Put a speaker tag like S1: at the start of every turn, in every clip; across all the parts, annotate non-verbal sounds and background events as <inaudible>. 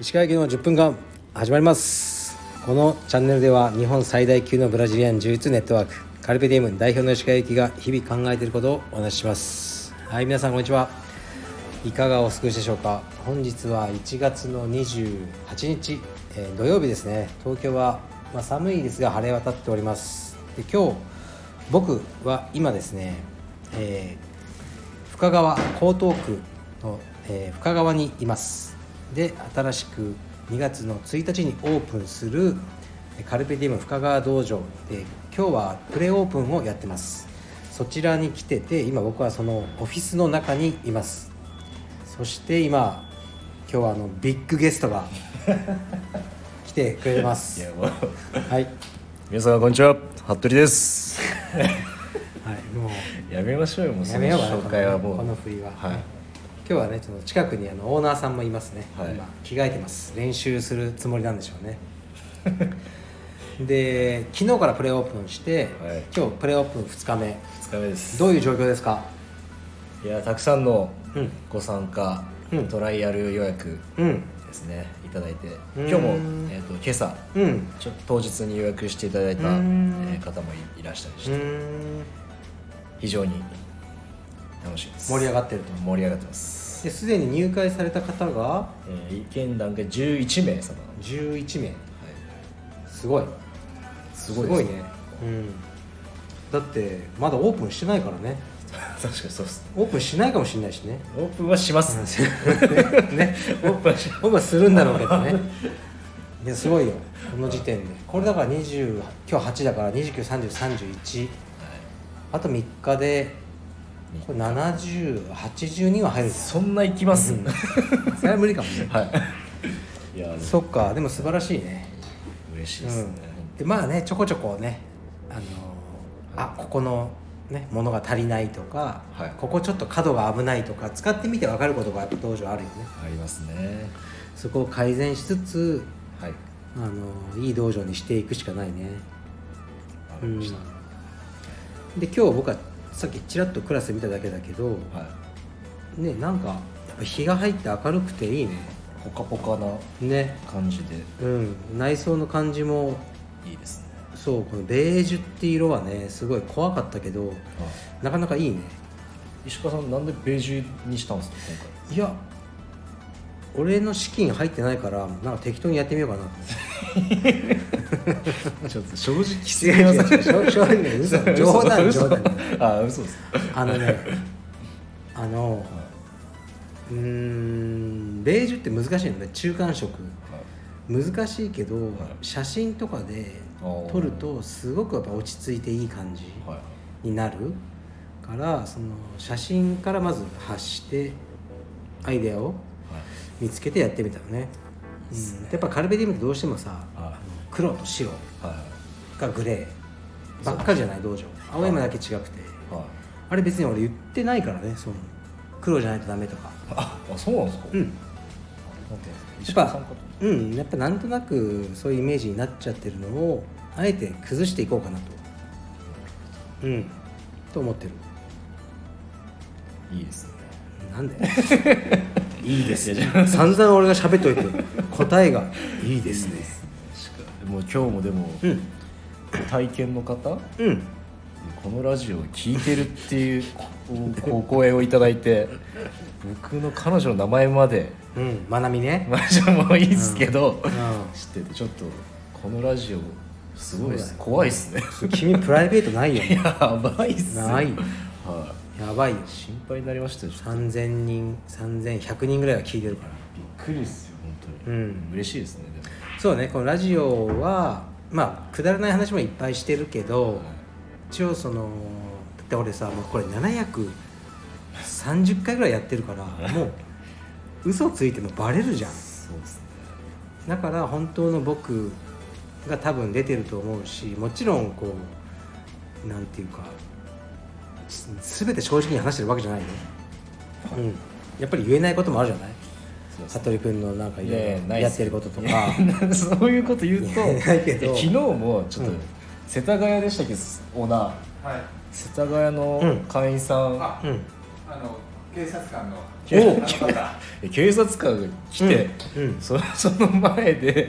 S1: 石川駅の10分間始まりますこのチャンネルでは日本最大級のブラジリアン柔術ネットワークカルペディウム代表の石川駅が日々考えていることをお話ししますはい皆さんこんにちはいかがお過ごしでしょうか本日は1月の28日、えー土曜日ですね東京は、まあ、寒いですが晴れ渡っておりますで今日僕は今ですね、えー深川江東区の、えー深川にいますで新しく2月の1日にオープンするえーカルペディウム深川道場で今日はプレオープンをやってますそちらに来てて今僕はそのオフィスの中にいますそして今今日はあのビッグゲストが来てくれま
S2: <laughs> い
S1: す
S2: やもう
S1: はい、はい、
S2: 皆さんこんにちは服部です
S1: もう
S2: やめましょうよもう
S1: や
S2: そ
S1: め
S2: の
S1: ようかな
S2: 紹介はもう
S1: この振りは
S2: はい
S1: 今日はねちょっと近くにあのオーナーさんもいますね、
S2: はい
S1: 今着替えてます練習するつもりなんでしょう
S2: <laughs>
S1: ねで昨日からプレオープンして、
S2: はい
S1: 今日プレオープン2日目
S2: 2日目です
S1: どういう状況ですか
S2: いやたくさんの
S1: うん
S2: ご参加、
S1: うん
S2: トライアル予約
S1: うん
S2: ですねいただいて
S1: うん
S2: 今日も、えー、と今朝
S1: うん
S2: ちょ当日に予約していただいた、え
S1: うん
S2: ー方もいいらっしゃるし
S1: う
S2: て、
S1: ん
S2: 非常に楽しいです
S1: 盛り上
S2: っ
S1: がってると
S2: 盛り上がってます、
S1: ですでに入会された方が
S2: えー、現段階11名様、は
S1: 11名
S2: い、
S1: すごい
S2: すごいですね
S1: ねうんだってまだオープンしてないからね
S2: 確かにそうですね
S1: オープンしないかもしれないしね
S2: オープンはします、
S1: <laughs> ね
S2: <laughs> オープンはし
S1: 僕はするんだろうけどねいやすごいよこの時点でこれだから20今日8だから293031あと3日でこれ7080人は入るぞ
S2: そんな行きます、
S1: うん
S2: は
S1: それは無理かもね
S2: いいやでも
S1: <laughs> そっかでも素晴らしいね
S2: 嬉しいですね、
S1: うん、でまあねちょこちょこねあのーあここのねものが足りないとか、
S2: はい
S1: ここちょっと角が危ないとか使ってみて分かることがやっぱ道場あるよね
S2: ありますね
S1: そこを改善しつつ
S2: はい
S1: あのいい道場にしていくしかないね、
S2: わ
S1: う
S2: かり
S1: ん、
S2: ま
S1: で
S2: した、
S1: 今日僕はさっきちらっとクラス見ただけだけど
S2: はい
S1: ねなんかやっぱ日が入って明るくていいね
S2: ポカポカな
S1: ね
S2: 感じで
S1: うん内装の感じも
S2: いいですね
S1: そうこのベージュって色はねすごい怖かったけどなかなかいいね
S2: 石川さんなんでベージュにしたんですか
S1: いや俺の資金入ってないからなんか適当にやってみよう
S2: <laughs>
S1: かなと <laughs> 思って
S2: 今回ちょっと正直す
S1: 違う
S2: ぎま
S1: 違う
S2: す
S1: 違う正直嘘冗談冗談
S2: あ嘘です
S1: あのねあのうーんベージュって難しいのね中間色難しいけど、写真とかで
S2: おー
S1: 撮るとすごくやっぱ落ち着いていい感じ
S2: はい
S1: になるからその写真からまず発してアイデアを見つけてやってみたのねうん、やっぱカルベディウムってどうしてもさ
S2: はい
S1: 黒と白
S2: はいはい
S1: がグレーばっかじゃない道場青山だけ違くて
S2: はい
S1: あれ別に俺言ってないからねその黒じゃないとダメとか
S2: ああそうなんですか、
S1: う
S2: なん
S1: ん
S2: ていうんですか
S1: や
S2: 石
S1: っ
S2: 川さ
S1: ぱ
S2: んかと
S1: うんやっぱなんとなくそういうイメージになっちゃってるのをあえて崩していこうかなとうんと思ってる
S2: いいですね
S1: なんで
S2: いいですね
S1: 散々俺が喋っといて答えがいいですね
S2: もう今日もでも、体験の方
S1: うん
S2: このラジオを聞いてるっていうおお声をいただいて僕の彼女の名前まで
S1: うんまなみね
S2: まあじゃあもういいですけど、
S1: うん
S2: 知っててちょっとこのラジオすごいです
S1: そうだよ
S2: 怖
S1: <laughs>
S2: いですね
S1: 君プライベートないよね
S2: やばいっすよ
S1: ない
S2: は
S1: や <laughs> ばいよ
S2: い、心配になりましたよちょっとびっ
S1: 3000人3100人ぐらいは聞いてるから
S2: くりですよ本当に、
S1: うん
S2: 嬉しいですねでも
S1: そうねこのラジオはまあくだらない話もいっぱいしてるけど一応そのだって俺さもうこれ730回ぐらいやってるからもう嘘ついてもバレるじゃん
S2: そうですね
S1: だから本当の僕が多分出てると思うしもちろんこうなんていうかす全て正直に話してるわけじゃないよ、うん、やっぱり言えないこともあるじゃない
S2: そうですね
S1: 悟君のなんかいろい
S2: いやいや
S1: ろ
S2: ない
S1: や
S2: っ
S1: っ
S2: す
S1: てることと
S2: いや
S1: か
S2: <laughs> そういうこと言うと
S1: <laughs> いやないけど
S2: 昨日もちょっと、
S1: うん
S2: 世田谷でしたっけオーナー、
S3: はい、
S2: 世田谷の会員さん、
S1: うん
S3: あの警察官の
S2: お
S3: あの方
S2: え <laughs> 警察官が来て、
S1: うんうん
S2: そ <laughs> その前で、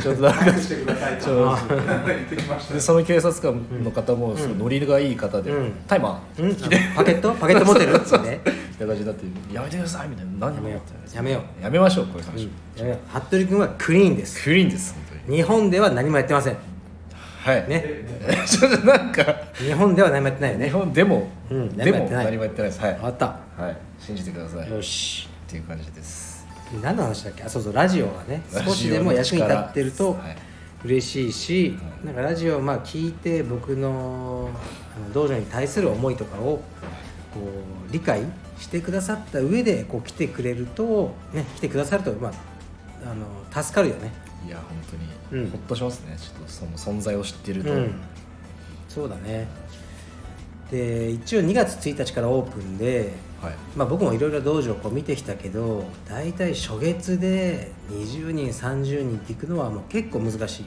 S2: ちょっと
S3: <laughs>
S2: なん
S3: 早
S2: か
S3: くしてくださいと
S2: ちょっ
S3: <laughs> 言ってきました
S2: でその警察官の方もすごいノリがいい方で、
S1: うん
S2: タイマー
S1: うん、パケットパケット持って
S2: <laughs>
S1: るってね
S2: みたいな感じになって「やめてください」みたいな「何
S1: やめよう
S2: みたいな
S1: やめよ
S2: やめましょうこういう
S1: うん
S2: 話、
S1: やめよう服部君はクリーンです
S2: クリーンです本当に
S1: 日本では何もやってません
S2: はい
S1: ね
S2: <laughs> ちょっとなんか
S1: 日本では何もやってないよ
S2: 日
S1: ね
S2: 本でも、
S1: うん何
S2: で
S1: もや
S2: も
S1: ってない
S2: 何もやってないですはい、
S1: 分かった
S2: はい、信じてください
S1: よし
S2: っていう感じです
S1: 何の話だっけあそうそうラジオがね
S2: ラジオの
S1: 少しでも役に立ってると
S2: 力はい
S1: 嬉しいし、
S2: はい
S1: なんかラジオをまあ聞いて僕のあの道場に対する思いとかをこう理解してくださった上でこう来てくれると、ね、来てくださると、まあ、あの助かるよね
S2: いや本当
S1: うん
S2: にほっとしますね、ちょっとその存在を知ってると、
S1: うんそうだねで一応2月1日からオープンで、
S2: はい
S1: まあ、僕もいろいろ道場をこう見てきたけど大体初月で20人30人っていくのはもう結構難し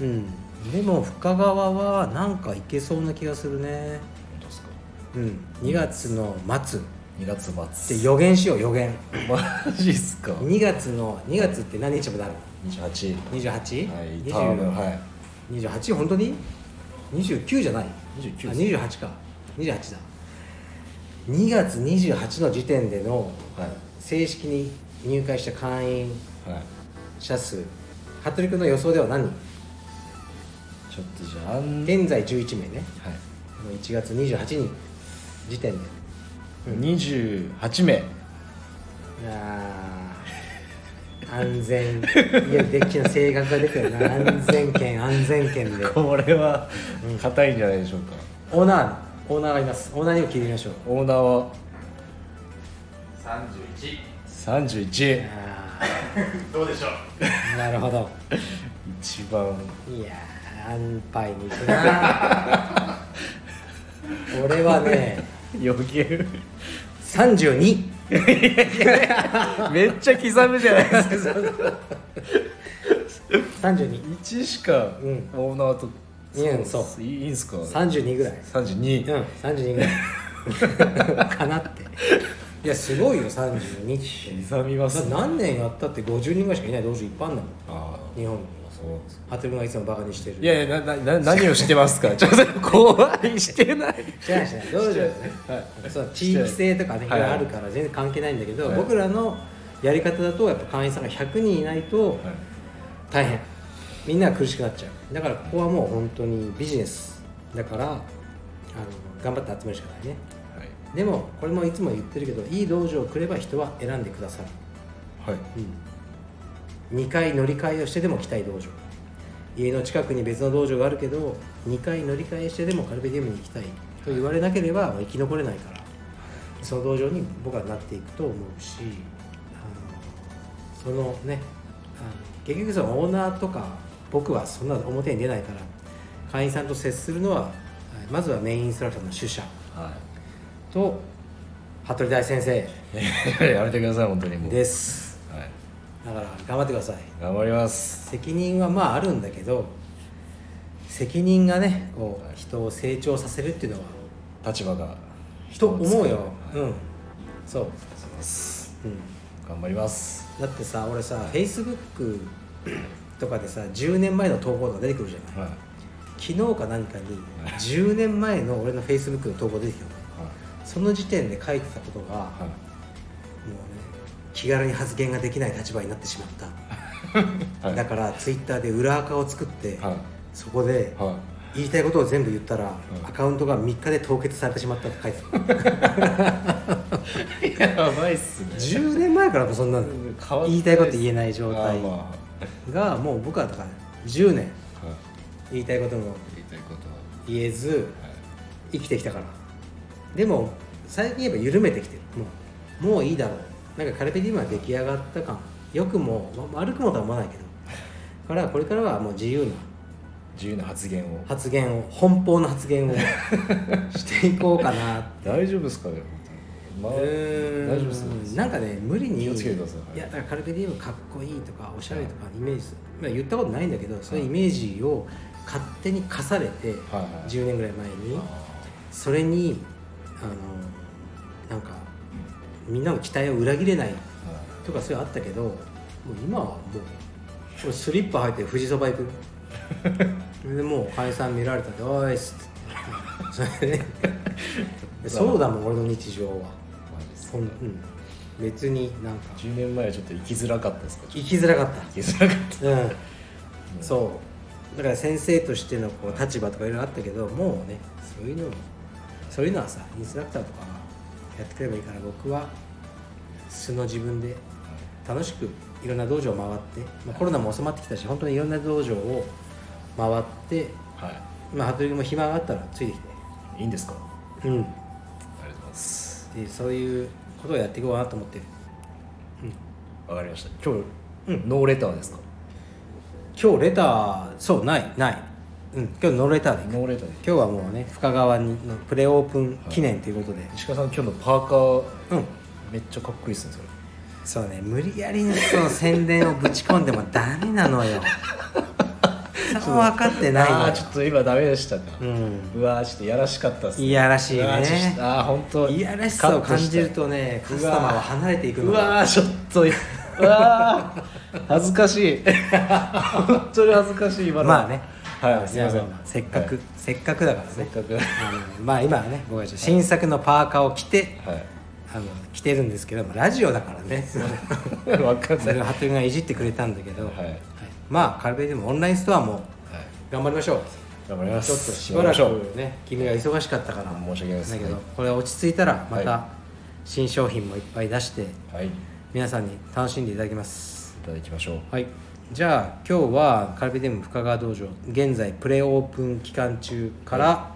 S1: い、うん、でも深川はなんかいけそうな気がするね、
S2: 本当ですか
S1: うん、2月の末っ
S2: 2月末
S1: て予言しよう予言
S2: <laughs> マジっすか
S1: 2月の2月って何日もなる
S2: 28
S1: 28?28、
S2: はい
S1: 20
S2: 多分はい
S1: 28本当に29じゃない
S2: 29
S1: あ28か28だ2月28の時点での
S2: はい
S1: 正式に入会した会員
S2: はい
S1: 者数服部君の予想では何
S2: ちょっとじゃああんはい
S1: 現在11名ねこの1月28日時点で
S2: 28名
S1: いやー安全いやデッキの性格が出てるな安全圏安全圏で
S2: これは硬いんじゃないでしょうか、
S1: オーナーオーナーがいますオーナーにも聞いてみましょう
S2: オーナーは
S3: 31
S2: 31
S1: あ
S3: どうでしょう
S1: ーなるほど
S2: 一番
S1: いやー安牌に行くな <laughs> 俺はね
S2: 余計
S1: 32
S2: めっちゃ刻むじゃないですか
S1: 32
S2: 1しか
S1: うん
S2: オーナーと、
S1: うんそう
S2: いいいいんすか
S1: 32ぐらい
S2: 32、
S1: うん32ぐらい <laughs> かなっていやすごいよ32って
S2: 刻みますね
S1: だって何年やったって50人ぐらいしかいない同時一般なの
S2: あ
S1: 日本に
S2: あそうです
S1: ハトルがいつもバカにしてる
S2: いやいやななな何をしてますか <laughs> ちょっと怖いしてない
S1: してないしてない道場でね
S2: はい
S1: そう地域性とかねいろ
S2: してないい
S1: ろあるから全然関係ないんだけど、
S2: はい
S1: 僕らのやり方だとやっぱ会員さんが100人いないと大変みんなが苦しくなっちゃうだからここはもう本当にビジネスだからあの頑張って集めるしかないねでもこれもいつも言ってるけどいい道場をくれば人は選んでくださる、
S2: はい、はい、
S1: うん、2回乗り換えをしてでも来たい道場家の近くに別の道場があるけど2回乗り換えしてでもカルベディウムに行きたいと言われなければもう生き残れないからその道場に僕はなっていくと思うしあのそのねあの結局そのオーナーとか僕はそんな表に出ないから会員さんと接するのはまずはメインインストラクターの主者
S2: は
S1: と服部大先生
S2: い、やめてください本当にもう
S1: です
S2: はい、
S1: だから頑張ってください
S2: 頑張ります
S1: 責任はまああるんだけど責任がねこ
S2: はいう
S1: 人を成長させるっていうのは
S2: 立場が
S1: と思うよ、
S2: はい
S1: うんそう、
S2: そうです
S1: うん、
S2: 頑張ります
S1: だってさ俺さ Facebook とかでさ10年前の投稿とか出てくるじゃない
S2: はい、はい
S1: 昨日か何かに
S2: はい
S1: 10年前の俺の Facebook の投稿出てきたのねその時点で書いてたことが、
S2: は
S1: もうね気軽に発言ができない立場になってしまった
S2: いはい
S1: だからツイッターで裏垢を作って、
S2: はい
S1: そこで
S2: は
S1: 言いたいことを全部言ったら、
S2: い
S1: アカウントが3日で凍結されてしまったって書いてある
S2: い、 <laughs> やばいっすね
S1: 10年前からもそんなの
S2: 変わって
S1: 言いたいこと言えない状態
S2: あーま
S1: がもう僕はだから10年
S2: あはい
S1: 言いたいことも
S2: 言いたいこと
S1: 言えず
S2: は、はい
S1: 生きてきたからでも最近やっぱ緩めてきてるもうもういいだろうなんかカルペディウムは出来上がった感良くも、ま悪くもとは思わないけどだからこれからはもう自由な
S2: 自由な発言を
S1: 発言を奔放な発言
S2: <laughs>
S1: をしていこうかな
S2: 大丈夫ですかね本当に、まあ
S1: うーん
S2: 大丈夫です
S1: なんかね無理に
S2: 気をつけてくださいはい
S1: やだからカルペディウムかっこいいとかおしゃれとかイメージする、まあ、言ったことないんだけどそういうイメージを勝手に課されて、
S2: はいはい
S1: 10年ぐらい前に
S2: あ
S1: それにあのなんかみんなの期待を裏切れないとかそういうのあったけどもう今はもう俺スリッパ履いて富士そば行くそれでもう解散見られたんで「おい」っつってそれでそうだもん俺の日常は
S2: マジです
S1: ほん、うん、別になんか
S2: 10年前はちょっと生きづらかったですかち
S1: 生
S2: ょ
S1: きづらかっ
S2: っと生きづらかった
S1: うんそうだから先生としてのこう立場とかいろいろあったけどもうねそういうのをそういうのはさインストラクターとかがやってくればいいから僕は素の自分で楽しくいろんな道場を回って、まあ、コロナも収まってきたし本当にいろんな道場を回って
S2: たはい、は
S1: まあ服部も暇があったらついてき
S2: い、いいんですか
S1: てうん
S2: ありがとうございます
S1: でそういうことをやっていこうかなと思ってる
S2: わかりました今日、ノーレターですか
S1: 今日レターそうないない、うん、今日ノーレターでいく
S2: ノーレターで
S1: 今日はもうね深川にのプレオープン記念ということで、
S2: 石川さん今日のパーカー
S1: うん
S2: めっちゃかっこいいですねそれ
S1: そうね無理やりにその宣伝をぶち込んでもダメなのよ
S2: <laughs>
S1: そこ分かってない
S2: あ
S1: の
S2: あ
S1: よ
S2: ちょっと今ダメでしたね、
S1: う
S2: うんわーちょっとやらしかったっす
S1: いやらしいね
S2: うわーちょっとああ本当
S1: いやらしさを感じるとね
S2: カ
S1: カ
S2: ット
S1: ス
S2: したい
S1: タマーは離れていく
S2: う
S1: の
S2: わーちょっとうわー恥ずかしい本当に恥ずかしい今の
S1: まあね
S2: はいすい
S1: や
S2: ません
S1: まあせっかく、
S2: はい
S1: せっかくだからね
S2: せっかく
S1: あのまあ今はね僕はちょっと新作のパーカーを着て、
S2: は
S1: あの着てるんですけどもラジオだからね
S2: い <laughs> わかん
S1: そ
S2: ない
S1: れを
S2: はい
S1: 服部がいじってくれたんだけど、
S2: はい
S1: まあカルベでもオンラインストアも頑張りましょう
S2: 頑張ります
S1: ちょっとしばら
S2: 頑張りましょ
S1: くね君が忙しかったから
S2: 申し訳ないです
S1: だけど
S2: はい
S1: これ落ち着いたらま
S2: はい
S1: た新商品もいっぱい出して
S2: うはいい
S1: 皆さんに楽しんでいただきます
S2: ただきましょう
S1: はいじゃあ今日はカルビディウム深川道場現在プレオープン期間中から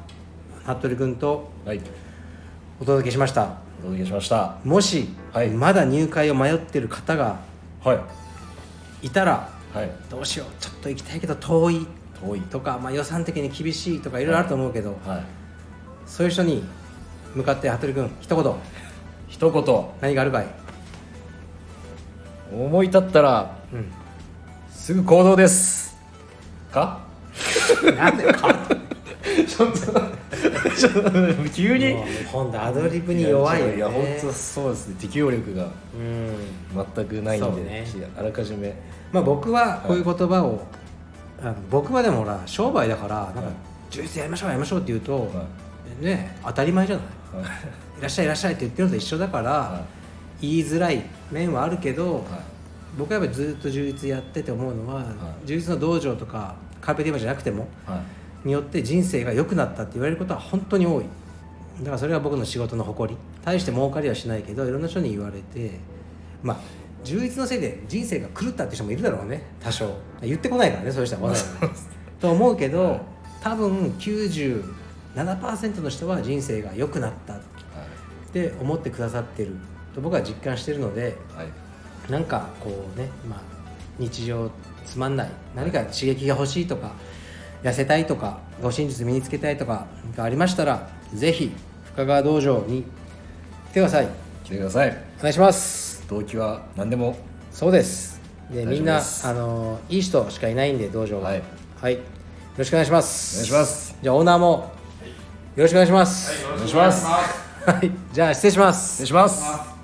S1: 服部君と
S2: はい
S1: お届けしました
S2: お届けしました
S1: もし、
S2: はい
S1: まだ入会を迷ってる方が
S2: はい
S1: いたら
S2: はい
S1: どうしようちょっと行きたいけど遠い
S2: 遠い
S1: とか、まあ、予算的に厳しいとかいろいろあると思うけど、
S2: はい
S1: そういう人に向かって服部君一言
S2: 一言
S1: 何があるかい、
S2: 思い立ったらすぐ行動です <laughs> か
S1: なんでか
S2: ちょっとちょっと
S1: <laughs>
S2: 急に
S1: 今度アドリブに弱いよ、ね、
S2: いや本当そうですね適応力が
S1: うん
S2: 全くないん
S1: そう
S2: で、
S1: ね
S2: あらかじめ
S1: まあ僕はこういう言葉を、あの僕はでもほら商売だからなんか
S2: はい
S1: 「充実やりましょうやりましょう」って言うと、
S2: は
S1: ね当たり前じゃない
S2: はい
S1: <laughs> 「いらっしゃいいらっしゃい」って言ってるのと一緒だから、
S2: は
S1: 言いづらい面はあるけど、
S2: は
S1: 僕はやっぱりずっと充実やってて思うのは、
S2: い
S1: 充実の道場とかカルペディウムじゃなくても
S2: いはい
S1: によって人生が良くなったって言われることは本当に多いだからそれは僕の仕事の誇り大して儲かりはしないけどいろんな人に言われてまあ充実のせいで人生が狂ったって人もいるだろうね多少言ってこないからねそういう人はわざわざと思うけど多分97%の人は人生が良くなったって思ってくださってると僕は実感してるので
S2: はい
S1: なんかこうね、まあ、日常つまんない何か刺激が欲しいとか痩せたいとか護身術身につけたいとかがありましたらぜひ深川道場に来てください
S2: 来てください
S1: お願いします
S2: 動機は何でも
S1: そうですで
S2: 大丈夫です
S1: みんなあのいい人しかいないんで道場はは
S2: はいい、
S1: よろしくお願いします
S2: お願いします
S1: じゃあオーナーもよろしくお願いします、
S2: お願いします
S1: はい、じゃあ失礼します
S2: 失礼します